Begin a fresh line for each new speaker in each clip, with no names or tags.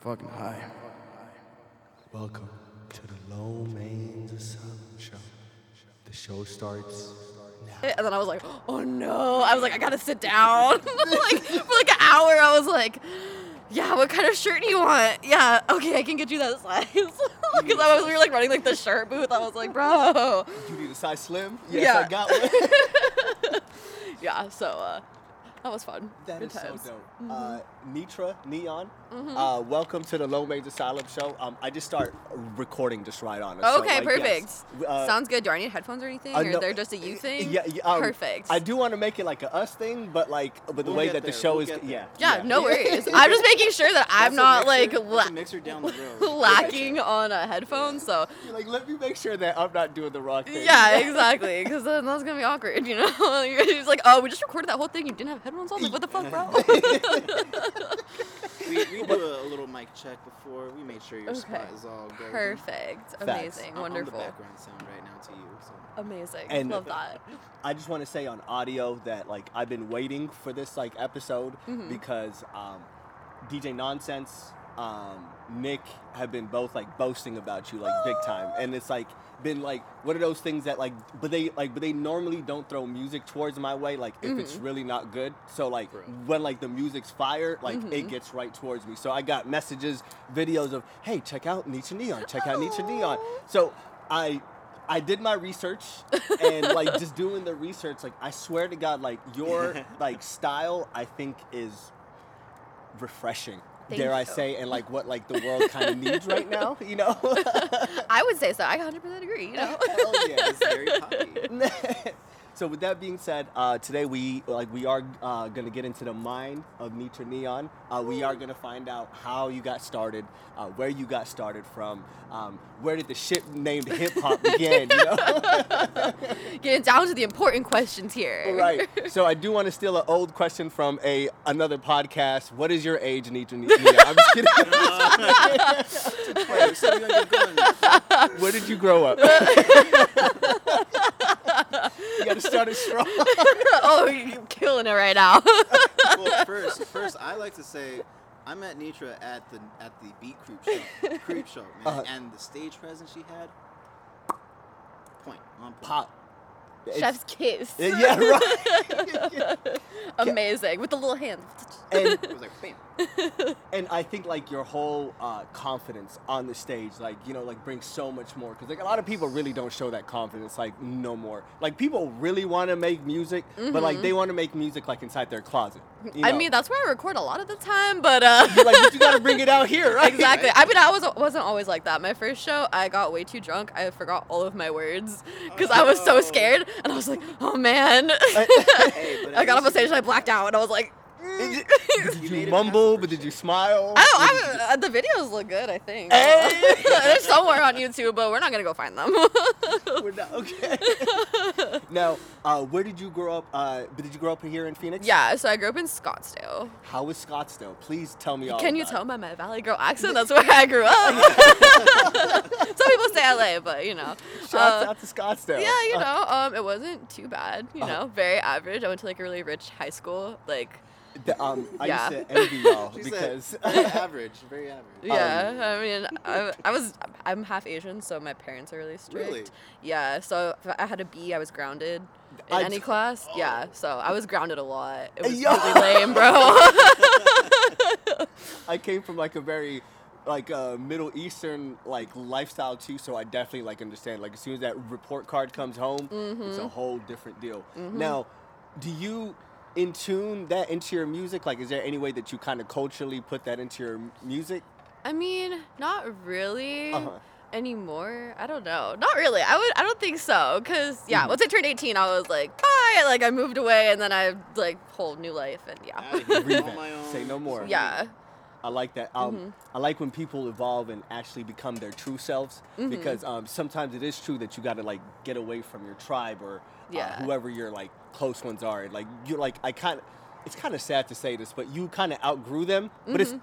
fucking high.
Welcome to the Low Mains Asylum Show. The show starts now.
And then I was like, oh no. I was like, I gotta sit down. like for like an hour, I was like, yeah, what kind of shirt do you want? Yeah, okay, I can get you that size. Because I was we were like running like the shirt booth. I was like, bro.
You need a size slim?
Yeah.
Yes, I got one.
Yeah, so uh that was fun.
That
Good
is
times.
so dope. Uh,
Mm-hmm.
Nitra, Neon, uh, welcome to the Low Mains Asylum show. Um, I just start recording just right on it. so,
Okay,
like,
perfect.
yes. Uh,
Sounds good. Do I need headphones or anything?
uh,
or
no,
they're just a you thing?
Yeah, yeah, um,
perfect.
I do want to make it like a us thing, but like, but the
We'll
way
get
that the
there,
show
we'll
is,
get there.
yeah.
yeah,
yeah.
no worries. I'm just making sure that I'm not like
la-
la-
mixer down the road.
lacking on uh, headphones. So
You're Like, let me make sure that I'm not doing the wrong thing.
Yeah, exactly. Because then that's gonna be awkward, you know. You're just like, oh, we just recorded that whole thing. You didn't have headphones on. Like, what the fuck, bro?
we, we do a, a little mic check before. We made sure your spot
Okay.
is all golden.
Perfect.
Facts.
Amazing.
I'm-
Wonderful.
I'm the background sound right now to you. So.
Amazing.
And-
Love that.
I just want to say on audio that like I've been waiting for this like episode because um, DJ Nonsense, um, Nick have been both like boasting about you like big time, and it's like been like one of those things that like but they like but they normally don't throw music towards my way like if it's really not good. So like when like the music's fire, like it gets right towards me. So I got messages, videos of hey check out Nietzsche Neon, check out Nietzsche Neon. So I I did my research and like just doing the research, like I swear to God, like your like style I think is refreshing.
Thank
dare I
you.
say, and like what like the world kind of needs right now, you know?
I would say so. I 100% agree. You know.
Hell yes.
It's very poppy.
so with that being said, uh, today we like we are uh, gonna get into the mind of Nitra Neon. Uh, we are gonna find out how you got started, uh, where you got started from, um, where did the shit named hip hop begin, you know?
Getting down to the important questions here.
Right. So I do want to steal an old question from a another podcast. What is your age, Nitra? Nitra? I'm just kidding.
Wait, Uh, so we gotta get going.
Where did you grow up? you got to start it strong.
oh, you're killing it right now.
well, first, first, I like to say I met Nitra at the at the Beat Creep show, Creep show, man,
Uh,
Uh-huh.
and the stage presence she had, point on point.
Pop. It's-
Chef's kiss.
Yeah, yeah, right.
Amazing. With the little hands.
And,
It was like bam.
and I think like your whole uh, confidence on the stage, like you know, like brings so much more. Because like a lot of people really don't show that confidence, like no more. Like people really want to make music, but like they want to make music like inside their closet. you
Mm-hmm. I
know?
mean, that's where I record a lot of the time, but uh.
like but you got to bring it out here, right?
Exactly. I mean, I was wasn't always like that. My first show, I got way too drunk. I forgot all of my words because I was so
Oh.
scared, and I was like, "Oh man!"
Hey, but
I
at
got up on
least you-
stage and I blacked out, and I was like,
Did
You
Did
made
you
it
mumble,
past
but
the
did you
first
smile?
"I don't. I, uh, the videos look good. I think they're somewhere on YouTube, but we're not gonna go find them."
We're not- okay. now, uh, where did you grow up? Uh, but did you grow up here in Phoenix?
yeah. So I grew up in Scottsdale.
How was Scottsdale? Please tell me all.
Can you
about
tell
it.
by my Valley Girl accent? That's where I grew up. Some people say LA, but you know.
Shouts
Uh,
out to Scottsdale.
Yeah, you
Uh,
know, um, it wasn't too bad. You
uh,
know, very average. I went to like a really rich high school. Like,
the- um, I
Yeah.
used to envy y'all
She
because
said, very average, very average.
yeah. I mean, I, I was I'm half Asian, so my parents are really strict.
Really?
Yeah. So if I had a B, I was grounded in
I-
any class. Yeah. So I was grounded a lot. It was
Yo.
really lame, bro.
I came from like a very like uh, Middle Eastern like lifestyle too, so I definitely like understand. Like as soon as that report card comes home, it's
Mm-hmm.
a whole different deal. Now, do you in tune that into your music? Like, is there any way that you kind of culturally put that into your m- music?
I mean, not really
Uh-huh.
anymore. I don't know. Not really. I would. I don't think so. Cause
Mm.
yeah, once I turned 18, I was like, bye. Like I moved away, and then I like whole new life, and yeah,
Outta here,
Revamp.
on my own.
Say no more.
yeah.
I like that. Um,
Mm-hmm.
I like when people evolve and actually become their true selves
Mm-hmm.
because um, sometimes it is true that you got to like get away from your tribe or
Yeah.
uh, whoever your like close ones are. Like you're like I kind of. It's kind of sad to say this, but you kind of outgrew them. But it's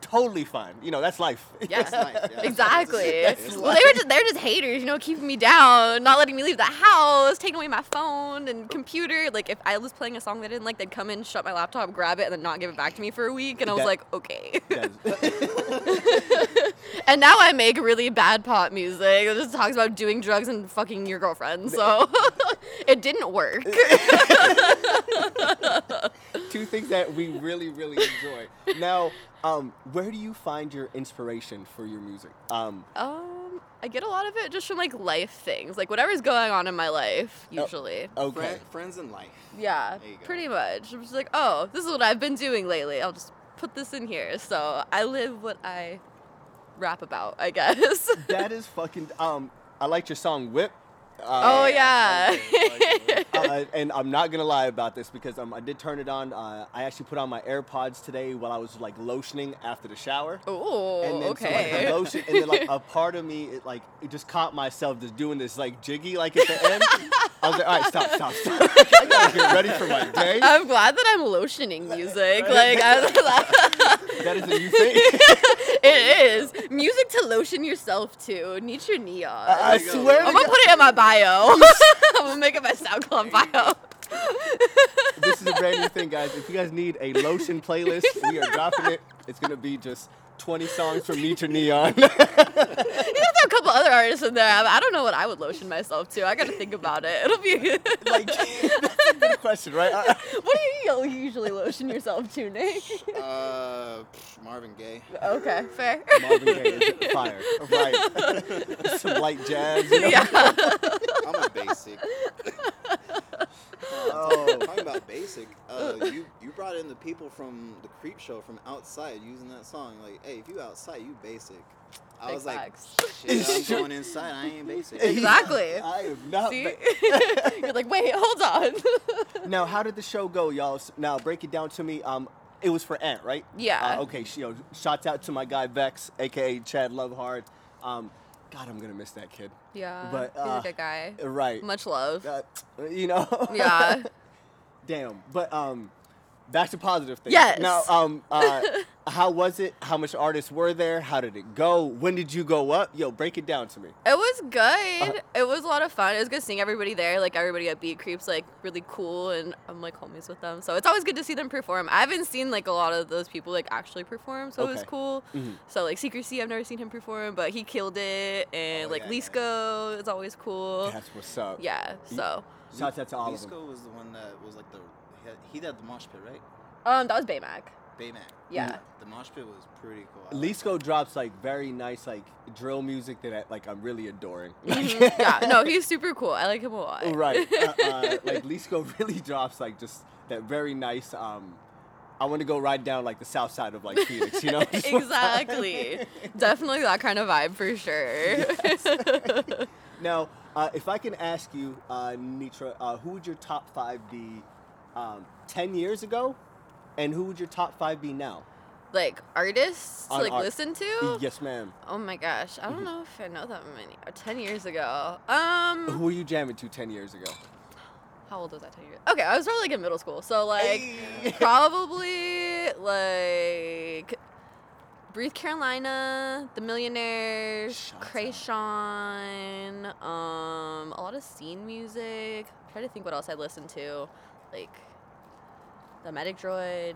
totally fine. You know, that's life.
Mm-hmm. Yeah.
life, yeah, that's-
Exactly.
that's
well, they were just, they're just haters, you know, keeping me down, not letting me leave the house, taking away my phone and computer. Like if I was playing a song they didn't like, they'd come in, shut my laptop, grab it, and then not give it back to me for a week. And I was
That-
like, okay.
That is-
and now I make really bad pop music that just talks about doing drugs and fucking your girlfriend. So it didn't work.
two things that we really, really enjoy. Now, um, where do you find your inspiration for your music? Um,
Um, I get a lot of it just from like life things, like whatever's going on in my life usually.
okay.
Fri- friends in life.
Yeah,
There you go.
pretty much. I'm just like, oh, this is what I've been doing lately. I'll just put this in here. So I live what I rap about, I guess.
That is fucking. Um, I liked your song Whip. Uh,
oh yeah.
uh, and I'm not gonna lie about this because um, I did turn it on. Uh, I actually put on my AirPods today while I was like lotioning after the shower.
Oh,
and then so, like,
okay.
the lotion, and then like a part of me, it like it just caught myself just doing this like jiggy like at the end. I was like, all right, stop, stop, stop. I gotta get ready for my day.
I'm glad that I'm lotioning music. Like I,
That is a new thing.
it is music to lotion yourself to. Nietzsche neon.
I
you Uh, go.
swear.
I'm
to
gonna put it in my bio. I'm gonna make it my SoundCloud bio.
God, this is a brand new thing, guys. If you guys need a lotion playlist, we are dropping it. It's gonna be just 20 songs from Nietzsche Neon.
You have to have a couple other artists in there. I I don't know what I would lotion myself to. I gotta think about it. It'll be.
like, that's a good question, right? I-
What do you usually lotion yourself to, Nick?
Uh, pff, Marvin Gaye.
okay, fair.
I- Marvin Gaye is fire, right? Some light jazz. you know?
yeah.
I'm a basic.
Oh.
Talking about basic, uh, you you brought in the people from the Creep Show from outside using that song. Like, hey, if you outside, you basic. I
Big
was
facts.
like, shit, I'm going inside. I ain't basic.
Exactly.
I am not.
See?
ba-
You're like, wait, hold on.
Now, how did the show go, y'all? S- Now, break it down to me. Um, it was for Ant, right?
Yeah.
Uh, okay. sh- You know, shouts out to my guy Vex, aka Chad Lovehard. Um, God, I'm gonna miss that kid.
yeah.
But
he's
uh,
a good guy.
Right.
Much love.
Uh, you know.
yeah.
Damn. But um, back to positive things.
Yes.
Now, um, uh, how was it? How much artists were there? How did it go? When did you go up? Yo, break it down to me.
It was good. It was a lot of fun. It was good seeing everybody there. Like everybody at Beat Creeps, like really cool, and I'm like homies with them. So it's always good to see them perform. I haven't seen like a lot of those people like actually perform, so it was
Okay.
cool. So like Secrecy, I've never seen him perform, but he killed it. And
Oh,
like
yeah, yeah,
Lisco, is always cool.
That's what's up.
Yeah. So
Shouts out to all of them.
Bisco was the one that was like the he had, he had the mosh pit, right?
um, that was Baymac.
Baymac.
Mm.
Yeah.
The mosh pit was pretty cool. I liked
Lisco drops like very nice like drill music that I, like I'm really adoring.
Mm-hmm. yeah. No, he's super cool. I like him a lot.
right. Uh, uh, like Lisco really drops like just that very nice. Um, I want to go ride down like the south side of like Phoenix, you know? Just wanna-
exactly. Definitely that kind of vibe for sure.
now, uh, if I can ask you, uh, Nitra, uh, who would your top five be um, ten years ago, and who would your top five be now?
like artists to
On
like
art-
listen to.
Yes, Mm-hmm. ma'am.
Oh my gosh, I don't know if I know that many. uh, Ten years ago. Um,
Who were you jamming to ten years ago?
how old was I ten years? Okay, I was probably like in middle school, so like probably like Breathe Carolina, The Millionaires,
Shouts out.
Krayshawn, um, a lot of scene music. Try to think what else I listened to, like The Medic Droid,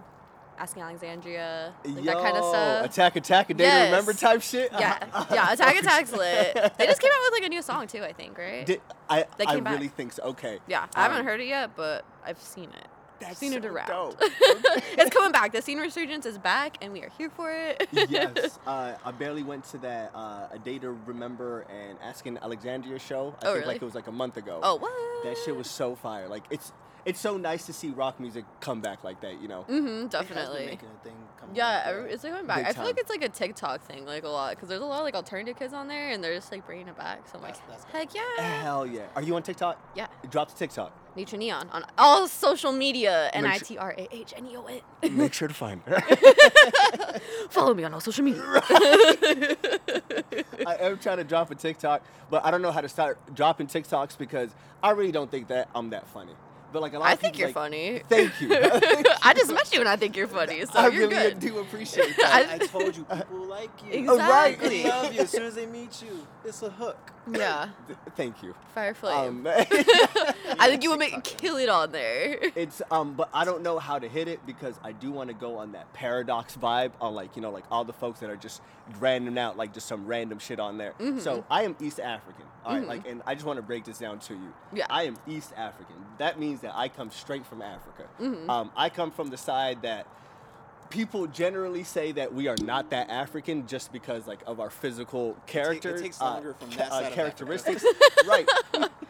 Asking Alexandria, like that kind of
Yo,
stuff.
Attack, attack, a day to
Yes.
remember type shit.
Yeah, yeah. Attack Attack's lit. They just came out with like a new song too, I think, right?
Did, I,
They
I
came back.
really think so. Okay.
yeah, I haven't
Um,
heard it yet, but I've seen it. I've
that's
seen it
so
around.
dope.
it's coming back. The scene resurgence is back, and we are here for it.
yes, uh, I barely went to that uh, a day to remember and asking Alexandria show. I
Oh,
think
really?
like it was like a month ago.
oh what?
that shit was so fire. Like it's it's so nice to see rock music come back like that. You know,
Mm-hmm.
it. It has been
Definitely.
making a thing come
Yeah,
back,
every-
right?
it's like going back.
Big
I feel like
time.
it's like a TikTok thing, like a lot, because there's a lot of like alternative kids on there, and they're just like bringing it back. So I'm like,
That's- that's
heck yeah,
hell yeah. Are you on TikTok?
yeah.
Drop the TikTok.
Nitra Neon on all social media. N
Make
i
sure-
t r a h n e o n.
Make sure to find her.
Follow me on all social media.
I am trying to drop a TikTok, but I don't know how to start dropping TikToks because I really don't think that I'm that funny. But like a lot
I
of
think
people,
you're
like,
funny.
Thank you.
I just met you and I think you're funny, so
I
you're
really
good.
do appreciate that.
I-
I told you, people like you.
Oh, right.
They
exactly.
love you as soon as they meet you. It's a hook.
yeah.
Th- Thank you.
Firefly.
Um,
I think you would make kill it on there.
it's um, but I don't know how to hit it because I do want to go on that paradox vibe on like you know like all the folks that are just random out like just some random shit on there. So I am East African, all right, Like, and I just want to break this down to you.
Yeah.
I am East African. That means that I come straight from Africa. Um, I come from the side that people generally say that we are not that African just because like of our physical character.
takes
uh,
longer from that side of Africa.
characteristics. right.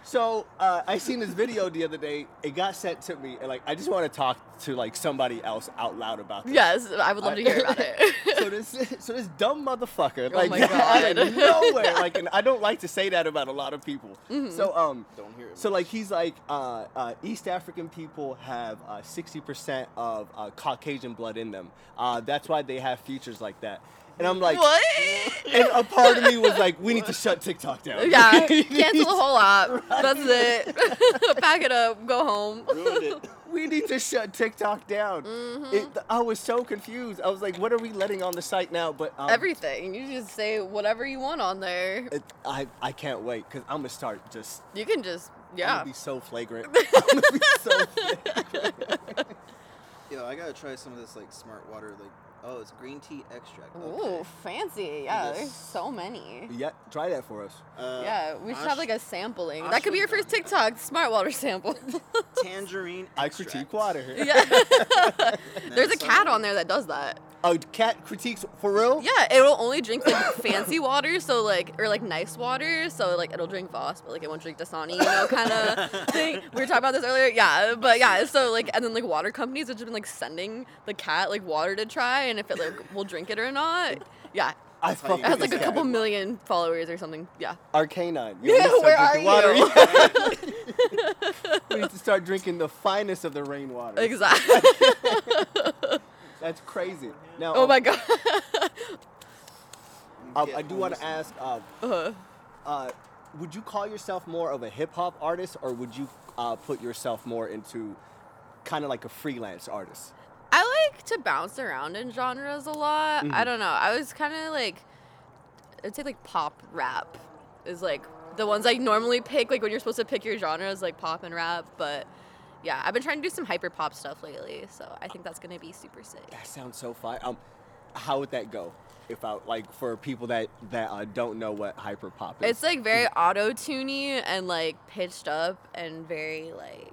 So uh, I seen this video the other day. It got sent to me, and like I just want to talk to like somebody else out loud about this.
Yes, I would love to hear about it.
So this, so this dumb motherfucker,
Oh
like
my
out of
God.
nowhere, like, and I don't like to say that about a lot of people.
Mm-hmm.
So um,
Don't hear it
So like he's like, uh, uh, East African people have uh, sixty percent of uh, Caucasian blood in them. Uh, that's why they have features like that. And I'm like,
what?
and a part of me was like, we need to shut TikTok down.
Yeah,
We
cancel
need
the whole app. That's it. Pack it up, go home.
Ruined it.
we need to shut TikTok down.
Mm-hmm.
It, I was so confused. I was like, what are we letting on the site now? But um,
Everything. You just say whatever you want on there.
it, I, I can't wait because I'm gonna start just.
You can just,
I'm
yeah.
gonna be so flagrant. I'm gonna be so flagrant.
Yo, I gotta try some of this like smart water. Like, oh, it's green tea extract.
Ooh,
Okay.
fancy. Yeah,
Yes.
there's so many.
Yeah, try that for us.
Uh,
Yeah, we should
Ash-
have like a sampling. That could be your
ashwagandha.
first TikTok, smart water sample.
tangerine.
I
extract.
critique water.
yeah.
And
There's a
that's
cat
all.
on there that does that.
Oh, cat critiques for real?
Yeah, it'll only drink like fancy water, so like or like nice water, so like it'll drink Voss, but like it won't drink Dasani, you know, kind of thing. We were talking about this earlier. Yeah, but yeah, so like and then like water companies have just been like sending the cat like water to try and if it like will drink it or not. Yeah,
I
how you
fucking
it has like a
cat.
couple million followers or something. Yeah.
Our canine. Yo, we
Yeah,
need to start
where are
drinking water.
you?
we need to start drinking the finest of the rainwater.
Exactly.
That's crazy. Now,
oh
um,
my god.
Um,
Get
I do want to
homeless.
ask, uh,
Uh,
uh, would you call yourself more of a hip hop artist, or would you uh, put yourself more into kind of like a freelance artist?
I like to bounce around in genres a lot. I don't know. I was kind of like, I'd say like pop rap is like the ones I normally pick. Like when you're supposed to pick your genres, like pop and rap. But yeah, I've been trying to do some hyper pop stuff lately, so I think that's gonna be super sick.
That sounds so fire. Um, how would that go? If I like for people that that uh, don't know what hyper pop is,
It's like very auto tuney and like pitched up and very like.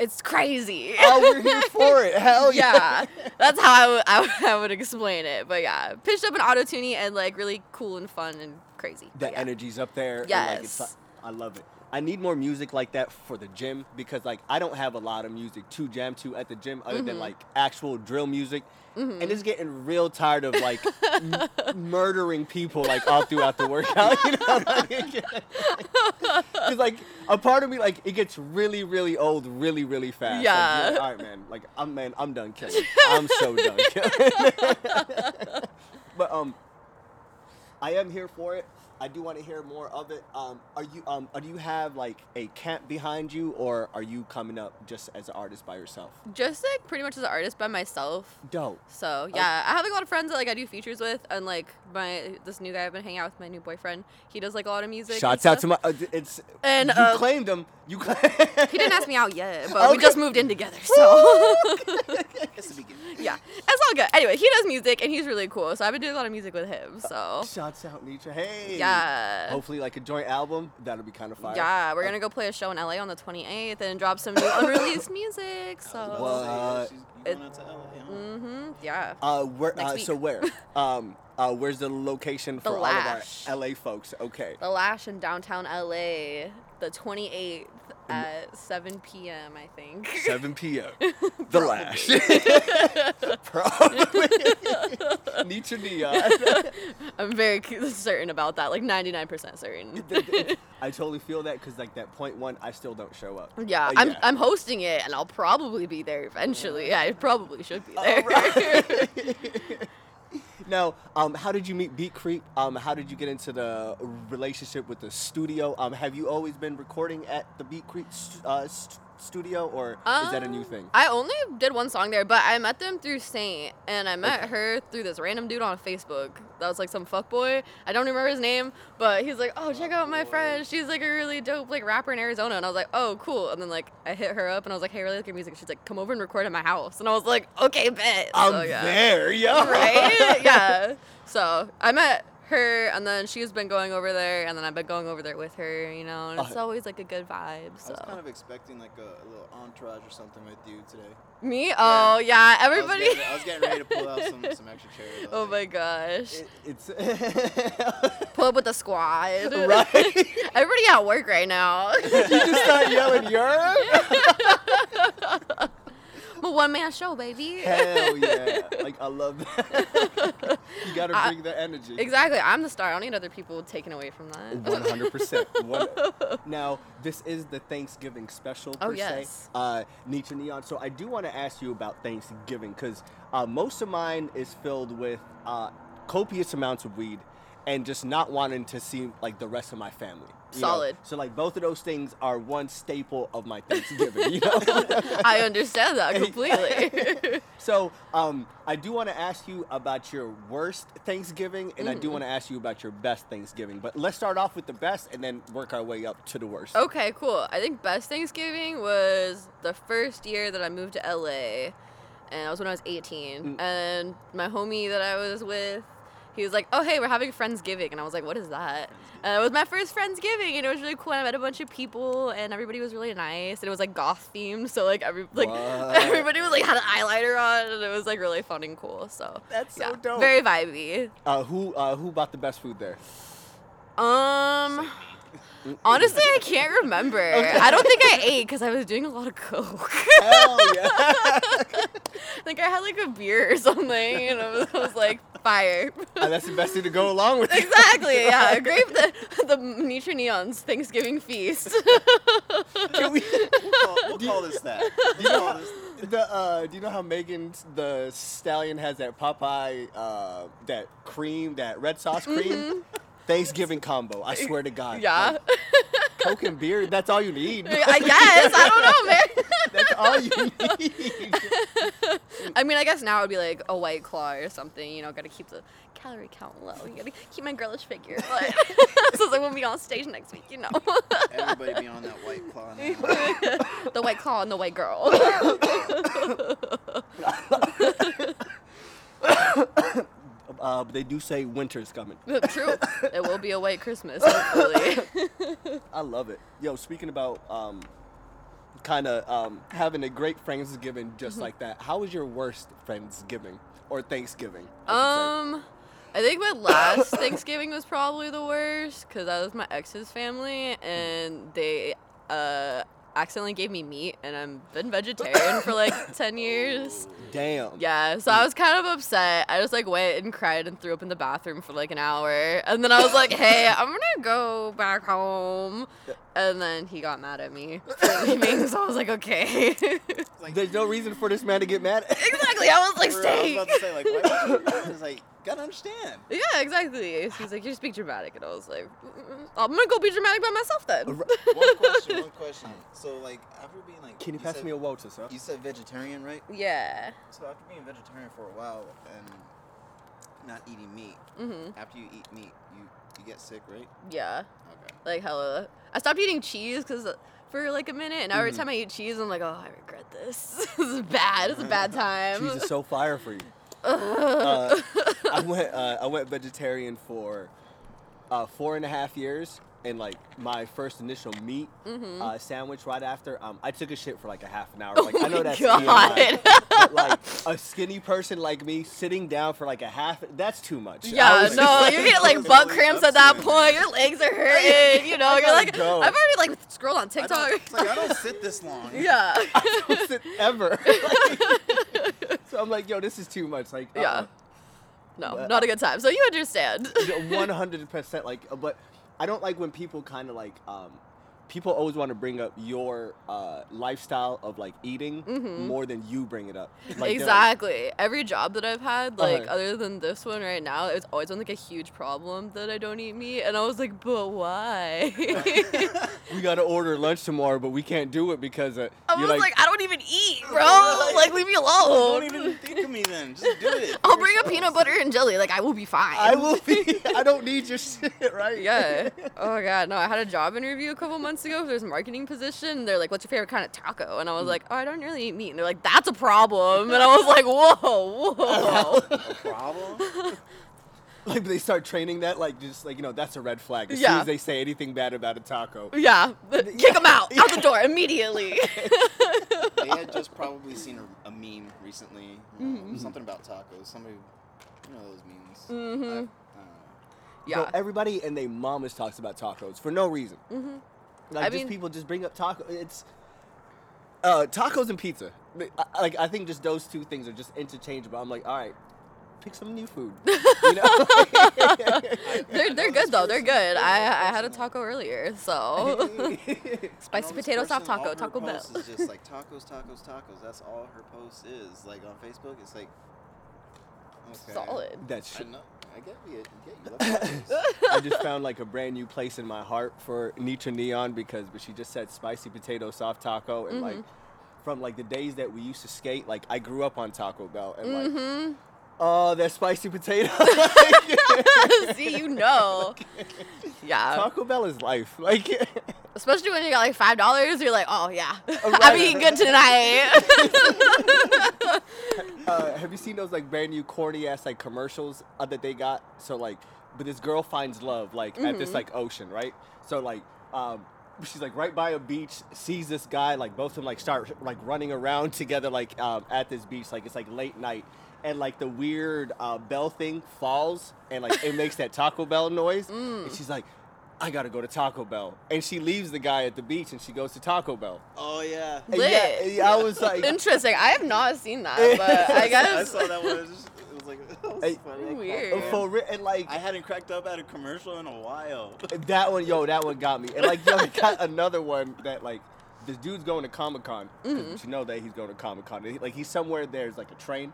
It's crazy.
oh, we're here for it. Hell yeah!
yeah. That's how I would- I would- I would explain it. But yeah, pitched up and auto tuny and like really cool and fun and crazy.
The
But yeah.
energy's up there. and, like, it's,
Yes.
I love it. I need more music like that for the gym because like I don't have a lot of music to jam to at the gym other
Mm-hmm.
than like actual drill music, and it's getting real tired of like m- murdering people like all throughout the workout. You know, what I mean? 'Cause, like a part of me like it gets really really old really really fast. Like, you're
Yeah.
like, all right, man. Like I'm man. I'm done killing. I'm so done killing. but um, I am here for it. I do want to hear more of it. Um, are you um, do you have like a camp behind you, or are you coming up just as an artist by yourself?
Just like pretty much as an artist by myself.
Dope.
So yeah, I have like a lot of friends that like I do features with, and like my this new guy I've been hanging out with, my new boyfriend. He does like a lot of music. and
Shouts out
stuff.
to my. Uh, d- it's
And,
you
uh,
claimed him. You claimed.
He didn't ask me out yet, but we
Okay.
just moved in together, so
It's the beginning.
yeah, it's all good. Anyway, he does music and he's really cool, so I've been doing a lot of music with him. So
Shouts out Nietzsche. Hey.
Oh. Yeah.
Hopefully, like a joint album. That'll be kind of fire. Uh, Oh.
yeah, we're gonna go play a show in LA on the 28th and drop some new unreleased music. So
Well, What?
Say, yeah, she's- you
It-
going out to LA, huh?
hmm yeah.
Uh, where?
Next
uh,
week.
so where? um, uh, where's the location for
Lash.
all of our LA folks? Okay.
The Lash in downtown LA, the 28th at 7 p.m. I think.
7 p.m. The Lash. Probably. Nietzsche Neon.
I'm very c- certain about that, like 99% certain.
I totally feel that because, like, that point one, I still don't show up.
Yeah,
Uh,
I'm, I'm hosting it, and I'll probably be there eventually. I probably should
Oh,
be there.
now, um, how did you meet Beat Creep? Um, how did you get into the relationship with the studio? Um, have you always been recording at the Beat Creep st- uh, st- studio, or is that a new
Um,
thing?
I only did one song there, but I met them through Saint, and I met her through this random dude on Facebook that was like some fuck boy. I don't remember his name, but he's like, "Oh, check out my friend. She's like a really dope like rapper in Arizona." And I was like, "Oh, cool." And then like I hit her up, and I was like, "Hey, I really like your music." She's like, "Come over and record at my house." And I was like, "Okay, bet."
I'm
So, yeah.
there, yo.
Right? yeah. So I met her, and then she's been going over there, and then I've been going over there with her. You know, and it's
Uh,
always like a good vibe. So.
I was kind of expecting like a, a little entourage or something with you today.
Me? Oh yeah,
I was
everybody.
getting- I was getting, ready to pull out some, some extra cherry. but,
oh my
like,
gosh.
It- it's
Pull up with the squad.
right.
everybody at work right now.
you just not yelling Europe?
I'm a one man show, baby.
Hell yeah! Like I love that. you gotta bring the energy.
Exactly. I'm the star. I don't need other people taken away from that.
One hundred percent. Now this is the Thanksgiving special per
Oh,
se.
yes.
Uh, Nietzsche Neon. So I do want to ask you about Thanksgiving because uh, most of mine is filled with uh, copious amounts of weed and just not wanting to see like the rest of my family. you know?
Solid.
So like both of those things are one staple of my Thanksgiving. you know.
I understand that completely.
So, um, I do want to ask you about your worst Thanksgiving, and I
Mm.
do want to ask you about your best Thanksgiving. But let's start off with the best, and then work our way up to the worst.
okay, cool. I think best Thanksgiving was the first year that I moved to LA. And that was when I was
Mm.
18. And my homie that I was with, he was like, "Oh hey, we're having Friendsgiving," and I was like, "What is that?" And it was my first Friendsgiving, and it was really cool. And I met a bunch of people, and everybody was really nice, and it was like goth themed, so like every like
What?
everybody was like had eyeliner on, and it was like really fun and cool. So
That's so dope.
Very vibey.
Uh, who uh, who bought the best food there?
Um. Honestly, I can't remember. I don't think I ate because I was doing a lot of coke.
Hell yeah!
I think I had like a beer or something, and I was, I was like, fire.
Uh, that's the best thing to go along with. it.
Exactly. Yeah. Grape the the Nitra Neon's Thanksgiving feast.
Can we,
We'll call, we'll call this that. We'll call this that.
the, uh, do you know how Megan the Stallion has that Popeye uh, that cream that red sauce cream? Thanksgiving combo. I swear to God.
Mm-hmm. yeah.
Like, Coke and beer. That's all you need.
I guess. I don't know,
That's all you need.
man. I mean, I guess now it would be like a white claw or something. You know, gotta keep the calorie count low. You gotta keep my girlish figure. But so like when we on stage next week, you know,
Everybody be on that white claw now.
the white claw and the white girl.
Uh, but they do say winter's coming.
True. It will be a white Christmas, hopefully.
I love it. Yo, speaking about um, kind of um, having a great Friendsgiving
Mm-hmm.
just like that, how was your worst Friendsgiving or Thanksgiving? I
Um, I think my last Thanksgiving was probably the worst because that was my ex's family and they uh accidentally gave me meat and I've been vegetarian for like ten years.
should say. Damn.
Um, Yeah, so I was kind of upset. I just like went and cried and threw up in the bathroom for like an hour, and then I was like, "Hey, I'm gonna go back home." And then he got mad at me for leaving, so I was like, "Okay."
There's no reason for this man to get mad. at-
exactly. I was like,
For real, I was
"Stay."
about to say like, why would you? It's like, gotta understand.
Yeah, exactly. He's like, you just be dramatic. And I was like, "Mm, I'm going to go be dramatic by myself then.
One question. One question. So like, after being like,
Can you pass
said,
me a Walter, sir?
You said vegetarian, right?
Yeah.
So after being vegetarian for a while and not eating meat, after you eat meat, you you get sick, right?
Yeah.
Okay.
Like, hella. I stopped eating cheese because for like a minute. And
Mm.
every time I eat cheese, I'm like, oh, I regret this. this is bad. It's a bad
Mm.
time.
She's just so fire for you. Uh, I went uh, I went vegetarian for uh, four and a half years, and like my first initial meat
Mm-hmm.
uh, sandwich right after, um, I took a shit for like a half an hour. Like I know
Oh my
that's
God.
TMI, but, like a skinny person like me sitting down for like a half, that's too much. I
Yeah,
was-
no, you're getting like butt cramps at that
Absolutely.
point. Your legs are hurting. You know, you're
gotta
like,
go.
I've already like scrolled on
I don't,
TikTok.
it's like I don't sit this long.
Yeah.
was it ever. Like, so I'm like, yo, this is too much. Like,
Yeah.
uh-uh.
No,
But
not a good time. So you understand.
one hundred percent. Like, uh, but I don't like when people kind of like um, people always want to bring up your uh, lifestyle of like eating
Mm-hmm.
more than you bring it up. Like, they're like,
exactly. Every job that I've had, like
Uh-huh.
other than this one right now, it's always been like a huge problem that I don't eat meat, and I was like, but why?
we gotta order lunch tomorrow, but we can't do it because uh,
I
you're
was like, I don't even eat, bro. Like, leave me alone.
Don't even think of me then. Just do it.
Oh. I'll bring a peanut butter and jelly. Like, I will be fine.
I will be. I don't need your shit, right?
Yeah. Oh my god. No, I had a job interview a couple months ago. for this marketing position. They're like, "What's your favorite kind of taco?" And I
Mm.
was like, "Oh, I don't really eat meat." And they're like, "That's a problem." And I was like, "Whoa, whoa."
A problem?
Like they start training that, like just like you know, that's a red flag. As soon
Yeah.
as they say anything bad about a taco,
yeah. Kick them out out the door immediately.
They had just probably seen a, a meme recently. you know,
Mm-hmm.
Something about tacos. Somebody, you know those memes. Mm-hmm. I, I don't know.
Bro,
yeah.
everybody and they mamas talks about tacos for no reason. Mm-hmm. Like
I
just
mean-
people just bring up taco. It's uh, tacos and pizza. But I- Like I think just those two things are just interchangeable. I'm like, all right, pick some new food. You know?
They're, they're good though. They're good. I, I had a taco earlier, so
I know
spicy
this
potato soft
person, all
taco,
her
Taco Bell.
posts is just like tacos, tacos, tacos. That's all her post is. Like on Facebook, it's like okay.
Solid.
That's
I know. I get you. I get you. Love
I just found like a brand new place in my heart for Nitra Neon because but she just said spicy potato soft taco and like from like the days that we used to skate, like I grew up on Taco Bell and like oh that spicy potato.
See, you know. Yeah.
Taco Bell is life. Like
Especially when you got like five dollars, you're like, oh yeah,
right.
I'm eating good tonight.
uh, have you seen those like brand new corny ass like commercials uh, that they got? So like, but this girl finds love like at this like ocean, right? So like, um, she's like right by a beach, sees this guy, like both of them like start like running around together like um, at this beach, like it's like late night, and like the weird uh, bell thing falls and like it makes that Taco Bell noise, and she's like. I gotta go to Taco Bell, and she leaves the guy at the beach, and she goes to Taco Bell.
oh yeah.
And yeah,
Lit.
yeah, I was like,
Interesting. I have not seen that, but I
I
guess
saw that one. It was, just, it was like that was
Hey,
funny. I cracked
Weird.
up.
for re- and like
I hadn't cracked up at a commercial in a while.
That one, yo, that one got me. And like, yo, they got another one that like, this dude's going to Comic Con.
Mm-hmm.
You know that he's going to Comic Con. Like, he's somewhere there's like a train.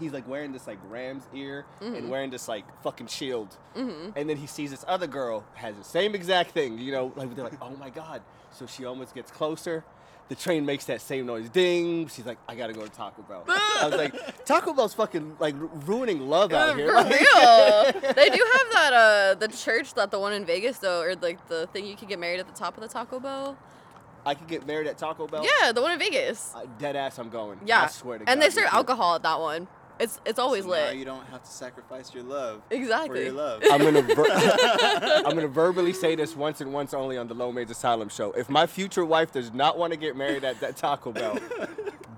He's like wearing this like ram's ear
Mm-hmm.
and wearing this like fucking shield. And then he sees this other girl has the same exact thing. You know, like they're like, oh my god. So she almost gets closer. The train makes that same noise, ding. She's like, I gotta go to Taco Bell. I was like, Taco Bell's fucking like ru- ruining love out here.
for real. they do have that uh the church that the one in Vegas though, or like the thing you could get married at the top of the Taco Bell.
I could get married at Taco Bell.
Yeah, the one in Vegas.
Oh. I, dead ass, I'm going.
Yeah.
I swear to God.
and they
me
serve
too.
alcohol at that one. It's it's always
So Now
lit.
you don't have to sacrifice your love. For
Exactly.
your love.
I'm gonna, ver- I'm gonna verbally say this once and once only on the Low Maids Asylum show. If my future wife does not want to get married at that Taco Bell,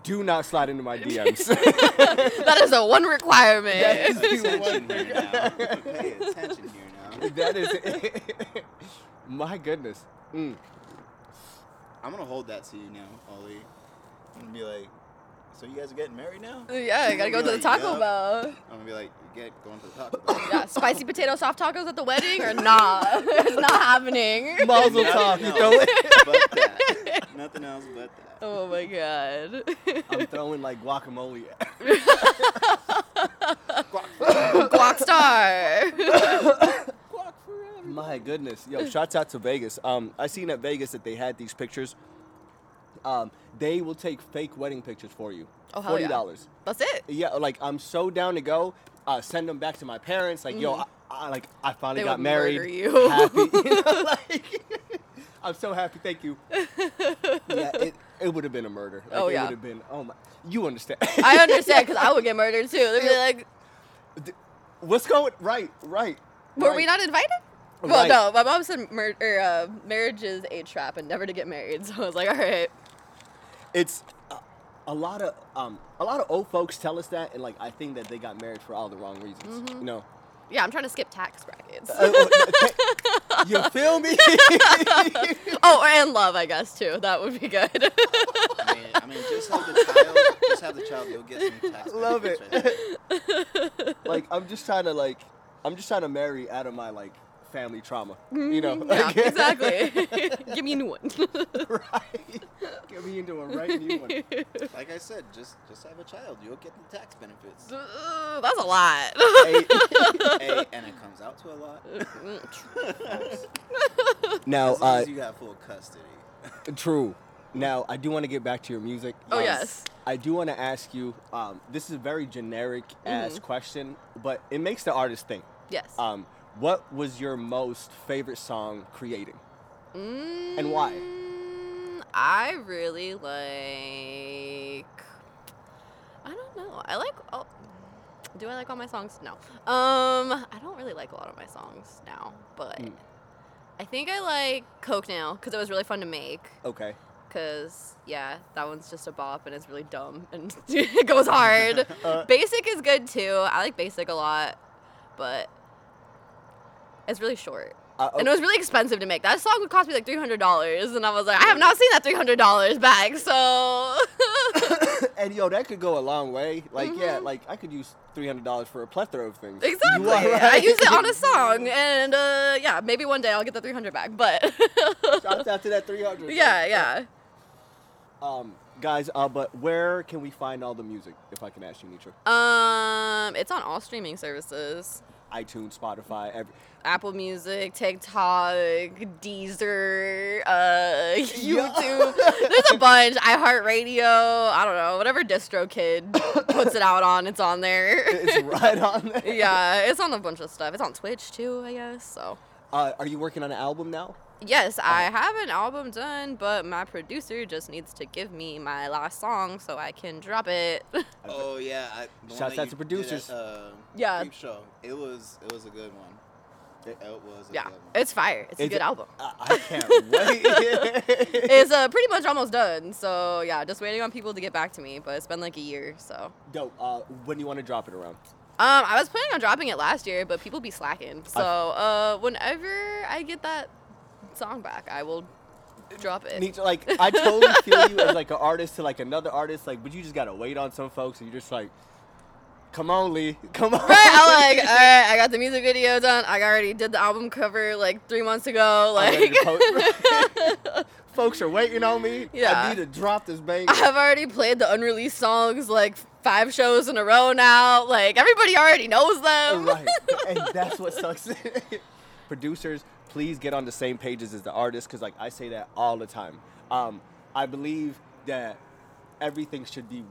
do not slide into my DMs.
that is a one requirement.
Pay attention here now. Pay attention here now.
that is, my goodness. Mm.
I'm gonna hold that to you now, Ollie. I'm gonna be like, so you guys are getting married now?
yeah, I gotta go to the Taco
Yeah.
Bell.
I'm gonna be like, you get going to the Taco Bell.
Yeah, spicy potato soft tacos at the wedding or not? it's not happening.
Mazel
Nothing
tov, you
else
throw it.
but that. Nothing else but that.
Oh my god.
I'm throwing like guacamole. Oh.
Guac star.
My goodness, yo! Shouts out to Vegas. Um, I seen at Vegas that they had these pictures. Um, they will take fake wedding pictures for you.
Oh, hell
Forty
yeah.
dollars.
That's it.
Yeah, like I'm so down to go. Uh, send them back to my parents. Like, yo, I, I like I finally
Mm-hmm. They
got
would
married.
murder you.
Happy. you know, like, I'm so happy. Thank you. yeah, it, it would have been a murder. Like,
Oh,
it
yeah.
would have been. Oh my. You understand?
I understand because I would get murdered too. They'd be like,
What's going? Right, right.
"Were
right.
we not invited?" Well,
Right.
no. My mom said mur- or, uh, marriage is a trap and never to get married. So I was like, "All right,
It's uh, a lot of um a lot of old folks tell us that, and like I think that they got married for all the wrong reasons.
Mm-hmm.
You know.
yeah, I'm trying to skip tax brackets."
Uh, uh, you feel me?
oh, and love, I guess too. That would be good.
I mean, I mean, just have the child. Just have the child. You'll get some tax.
Love
benefits
it.
right there.
like I'm just trying to like I'm just trying to marry out of my like family trauma. You know,
Mm-hmm. Yeah, exactly. Give me a new one.
right? Get me into a right new one.
Like I said, just just have a child. You'll get the tax benefits.
Uh, That's a lot.
A, and it comes out to a lot.
Now,
As long
uh,
as you got full custody.
True. Now, I do want to get back to your music. Um,
Oh, yes.
I do want to ask you um, this is a very generic ass
Mm-hmm.
question, but it makes the artist think.
yes.
Um, what was your most favorite song creating? And why?
Mm, I really like. I don't know. I like. Oh, do I like all my songs? No. Um, I don't really like a lot of my songs now, but
Hmm.
I think I like Coke now because it was really fun to make.
Okay.
Cause yeah, that one's just a bop and it's really dumb and it goes hard.
Uh,
Basic is good too. I like Basic a lot, but it's really short.
Uh,
And it was really expensive to make. That song would cost me like three hundred dollars, and I was like, I have not seen that three hundred dollars back. So
And yo, that could go a long way. Like, yeah, like I could use three hundred dollars for a plethora of things. You
Mm-hmm. exactly,
are
I
right.
used it on a song, and uh, yeah, maybe one day I'll get the three hundred back. But
Shout out to that three hundred.
yeah, yeah.
Um, guys, uh, but where can we find all the music? If I can ask you, Nitra,
Um, it's on all streaming services.
iTunes, Spotify, every.
Apple Music, TikTok, Deezer, uh, YouTube. There's a bunch. iHeartRadio. I don't know. Whatever distro kid puts it out on, it's on there.
It's right on there.
yeah, it's on a bunch of stuff. It's on Twitch too, I guess. So.
Uh, are you working on an album now?
Yes, I
Oh.
have an album done, but my producer just needs to give me my last song so I can drop it.
Oh yeah, I, the one
Shouts
that
out to
you did at,
producers.
uh,
Yeah.
Creep show. It was it was a good one. It, it was a
yeah,
good one.
it's fire. It's a
Is
good
it-
album.
I, I can't wait.
It's uh, pretty much almost done, so yeah, just waiting on people to get back to me. But it's been like a year, so
Dope. Uh, when do you want to drop it around?
Um, I was planning on dropping it last year, but people be slacking. So, uh, whenever I get that song back, I will drop it.
Need to, like I totally feel you as like an artist to like another artist, like but you just gotta wait on some folks and you're just like, come on, Lee, come on.
Right? I'm like, all right, I got the music video done. I already did the album cover like three months ago.
I'm ready
Like,
to post- folks are waiting on me.
Yeah.
I need to drop this baby.
I've already played the unreleased songs like five shows in a row now. Like, everybody already knows them.
right, and that's what sucks. Producers, please get on the same pages as the artists, because like I say that all the time. Um, I believe that everything should be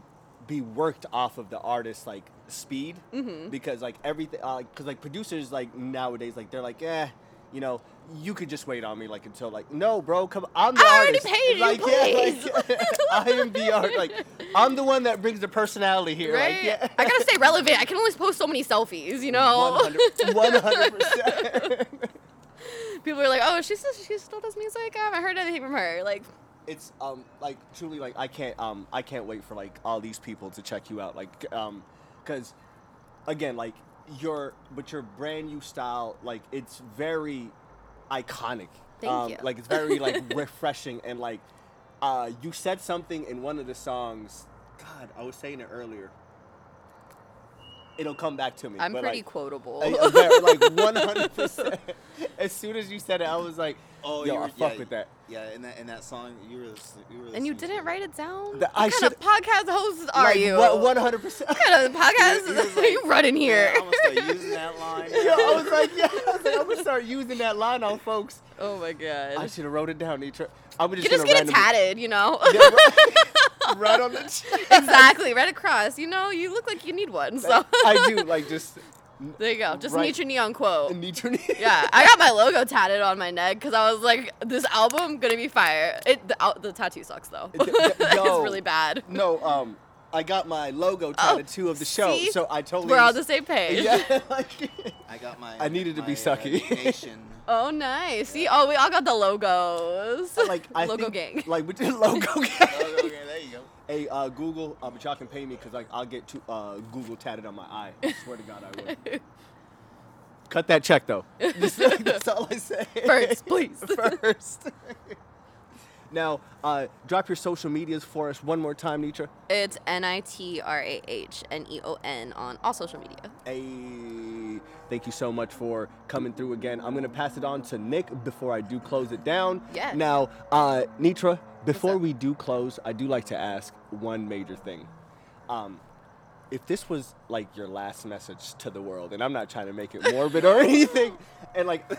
be worked off of the artist's like speed,
Mm-hmm.
because like everything, because like producers like nowadays like they're like, eh, you know, you could just wait on me like until like, no, bro, come, I'm the
I already
artist.
paid you,
like, Yeah, like, I am the art. Like I'm the one that brings the personality here.
Right?
Like, yeah.
I gotta stay relevant. I can only post so many selfies, you know?
100 percent.
People are like, oh, she still, she still does music? I haven't heard anything from her. Like,
It's um like truly like I can't um I can't wait for like all these people to check you out like um because again like your but your brand new style like it's very iconic.
Thank
um,
you.
Like it's very like refreshing and like uh you said something in one of the songs. God, I was saying it earlier. It'll come back to me.
I'm
but,
pretty
like,
quotable.
Uh, yeah, very, like 100%. as soon as you said it, I was like,
Oh,
yo,
you were,
I fuck
yeah,
with that.
Yeah, in that in that song, you were you were.
and you
listening to
didn't
it.
write it down?
The-
what
I
kind
should-
of podcast hosts are
like,
you?
One hundred percent.
kind of podcast
He was
are you
like,
running here?
Yeah, I'm gonna start using that line.
Yo, I was like, yeah, I was like, I'm gonna start using that line on folks.
oh my
I
god.
should have wrote it down. Nitra. I'm just
You just
gonna
get
randomly-
it tatted, you know?
Yeah, right, right on the chest.
exactly, right across. You know, you look like you need one. So
I do like just
there you go. Just
Right.
need your neon quote.
Nitra.
Yeah, I got my logo tatted on my neck because I was like, this album gonna be fire. It the, out the tattoo sucks though.
D- d- yo.
it's really bad.
No, um, I got my logo
Oh,
tattoo of the show,
see?
so I totally.
We're on the same page.
Yeah, like,
I got my.
I needed to be
my,
sucky.
Uh, nation.
Oh, nice. See, oh, we all got the logos.
like I
logo
think,
gang.
Like with the logo gang.
oh, okay, there you go.
Hey, uh, Google, uh, but y'all can pay me because like I'll get to uh, Google tatted on my eye. I swear to God, I will. Cut that check though. That's, that's all I say.
First, please.
First. now, uh, drop your social medias for us one more time, Nitra.
It's N I T R A H N E O N on all social media.
Hey, Thank you so much for coming through again. I'm gonna pass it on to Nick before I do close it down.
Yes.
Now, uh, Nitra, before
up?
we do close, I do like to ask one major thing. Um, if this was like your last message to the world, and I'm not trying to make it morbid or anything, and like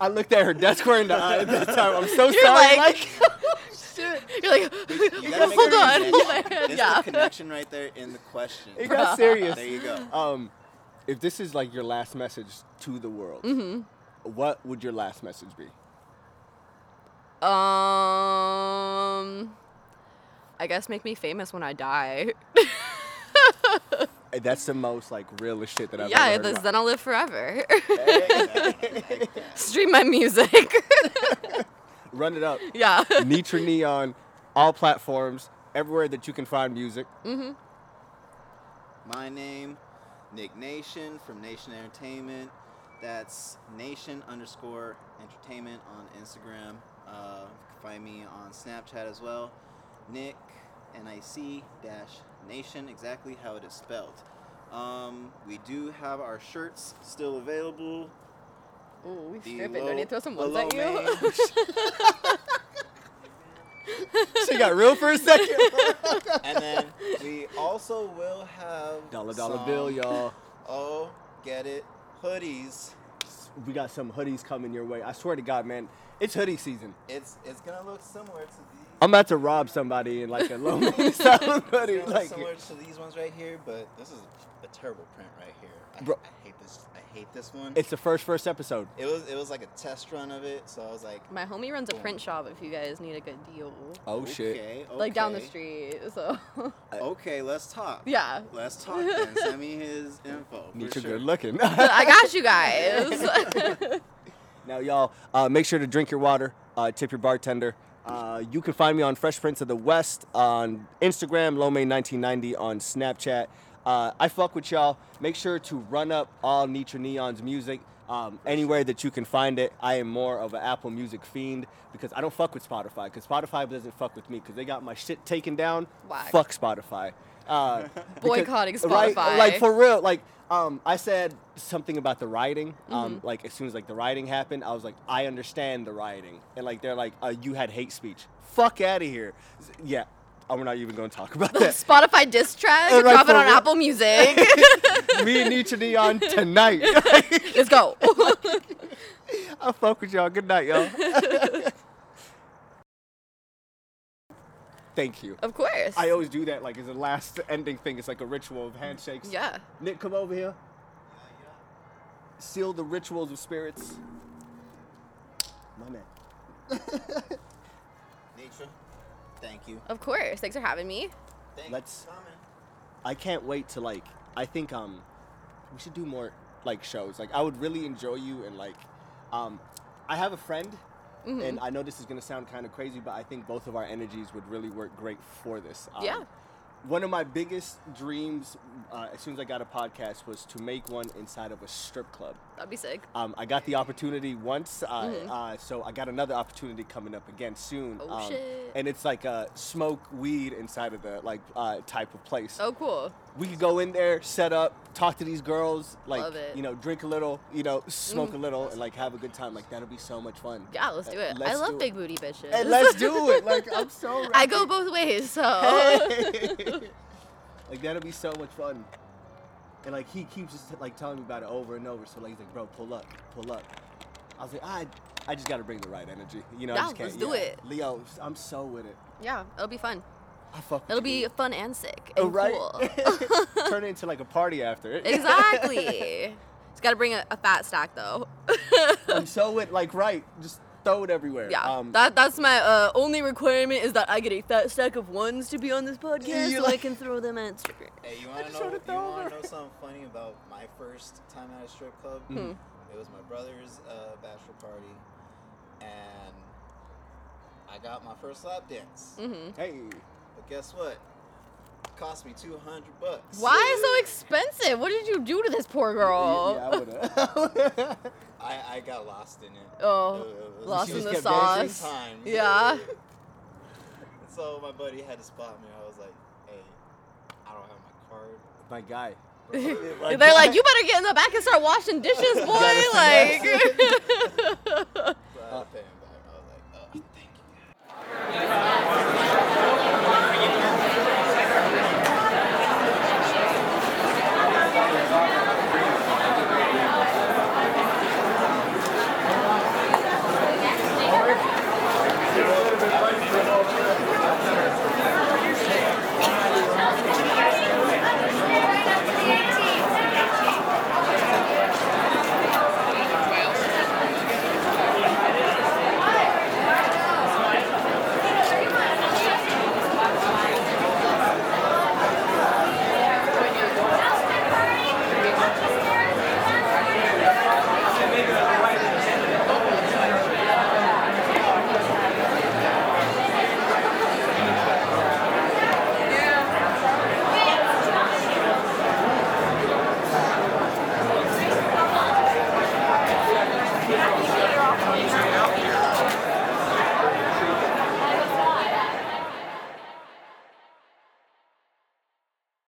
I looked at her dead square in the eye at that time, I'm so
You're
sorry.
like-
like
You're like,
You gotta make
hold
sure
on.
you connect. It's
yeah.
the connection right there in the question.
it got serious.
There you go.
um, if this is like your last message to the world,
Mm-hmm.
what would your last message be?
Um, I guess make me famous when I die.
Uh, That's the most like realist shit that I've
yeah,
ever heard.
that's,
in my-
then I'll live forever. Stream my music.
Run it up.
yeah.
Nitra Neon, all platforms, everywhere that you can find music.
My name, Nick Nation from Nation Entertainment. That's Nation underscore Entertainment on Instagram. Uh, you can find me on Snapchat as well. Nick N I C dash Nation, exactly how it is spelled. Um, we do have our shirts still available.
Ooh, we
The
strip it.
low-
Don't need to throw some
the
ones at
low
you.
main-
She got real for a second.
and then we also will have
dollar dollar
some-
bill, y'all.
Oh, get it, hoodies.
We got some hoodies coming your way. I swear to God, man, it's hoodie season.
It's it's gonna look similar to these.
I'm about to rob somebody in like a low sound hoodie.
It's
Like,
similar to these ones right here, but this is a terrible print right here. I,
Bro.
I hate this. I hate this one.
it's the first first episode.
it was it was like a test run of it, so I was like,
My homie runs a print shop if you guys need a good deal.
Oh
okay,
shit!
okay,
Like down the street. So,
Okay, let's talk.
yeah.
Let's talk. Then send me his info. for
Nitra
sure.
good looking.
I got you guys.
Now, y'all, uh, make sure to drink your water, uh, tip your bartender. Uh, you can find me on Fresh Prince of the West on Instagram, Lomain1990 on Snapchat. Uh, I fuck with y'all. Make sure to run up all Nitra Neon's music um, anywhere that you can find it. I am more of an Apple Music fiend because I don't fuck with Spotify because Spotify doesn't fuck with me because they got my shit taken down.
Whack.
Fuck Spotify. Uh, because-
Boycotting
right?
Spotify.
Like for real, like um, I said something about the rioting. Um, like as soon as like the rioting happened, I was like, I understand the rioting, and like they're like, uh, you had hate speech. Fuck out of here. S- Yeah, uh, we're not even going to talk about that.
Spotify diss track.
Uh, right,
drop it
for
on
real.
Apple Music.
Me and Nietzsche Neon tonight.
Let's go.
I fuck with y'all. Good night, y'all. Thank you.
of course.
I always do that. Like as a last ending thing. It's like a ritual of handshakes.
yeah.
Nick, come over here. Seal the rituals of spirits. My man.
Nature, thank you.
Of course. Thanks for having me.
Thank
Let's-
you for coming.
I can't wait to like. I think um, we should do more like shows. Like I would really enjoy you and like, um, I have a friend,
Mm-hmm.
and I know this is gonna sound kind of crazy, but I think both of our energies would really work great for this. Um,
Yeah.
One of my biggest dreams, uh, as soon as I got a podcast, was to make one inside of a strip club.
That'd be sick.
Um, I got the opportunity once, uh, uh, so I got another opportunity coming up again soon.
Mm-hmm. Oh,
um,
shit.
And it's like a smoke weed inside of the like uh, type of place.
Oh, cool.
We could go in there, set up, talk to these girls, like
Love it. Mm-hmm.
you know, drink a little, you know, smoke a little, and like have a good time. Like that'll be so much fun.
Yeah, let's do
Uh,
it. I
let's
love
do
big booty bitches.
And let's do it. Like I'm so.
I
ready.
go both ways, so.
like that'll be so much fun. And like he keeps just like telling me about it over and over. So like he's like, bro, pull up, pull up. I was like, I, I just gotta bring the right energy. You know, I
Yeah,
just can't.
let's do
yeah.
it.
Leo. I'm so with it.
Yeah, it'll be fun.
I fuck. with
It'll
you.
be fun and sick and
Oh, right.
cool.
Turn it into like a party after.
Exactly. Just gotta bring a, a fat stack though.
I'm so with like right. Just throw it everywhere.
Yeah,
Um,
that that's my uh, only requirement is that I get a fat stack of ones to be on this podcast,
You
so I
like-
can throw them at Instagram.
Hey, you want to
just
know?
wanna
You
throw
want
her.
to know something funny about my first time at a strip club?
Hmm.
It was my brother's uh, bachelor party, and I got my first lap dance.
Mm-hmm.
hey.
But guess what? It cost me two hundred bucks.
Why so expensive? What did you do to this poor girl?
Yeah, yeah, I would.
I, I got lost in it.
Oh,
It was-
lost
Uh, She
in
just
the
kept
Every
sauce.
time.
Yeah.
so my buddy had to spot me. I was like, "Hey, I don't have my card."
My guy.
They're like, you better get in the back and start washing dishes, boy. like,
Stop it,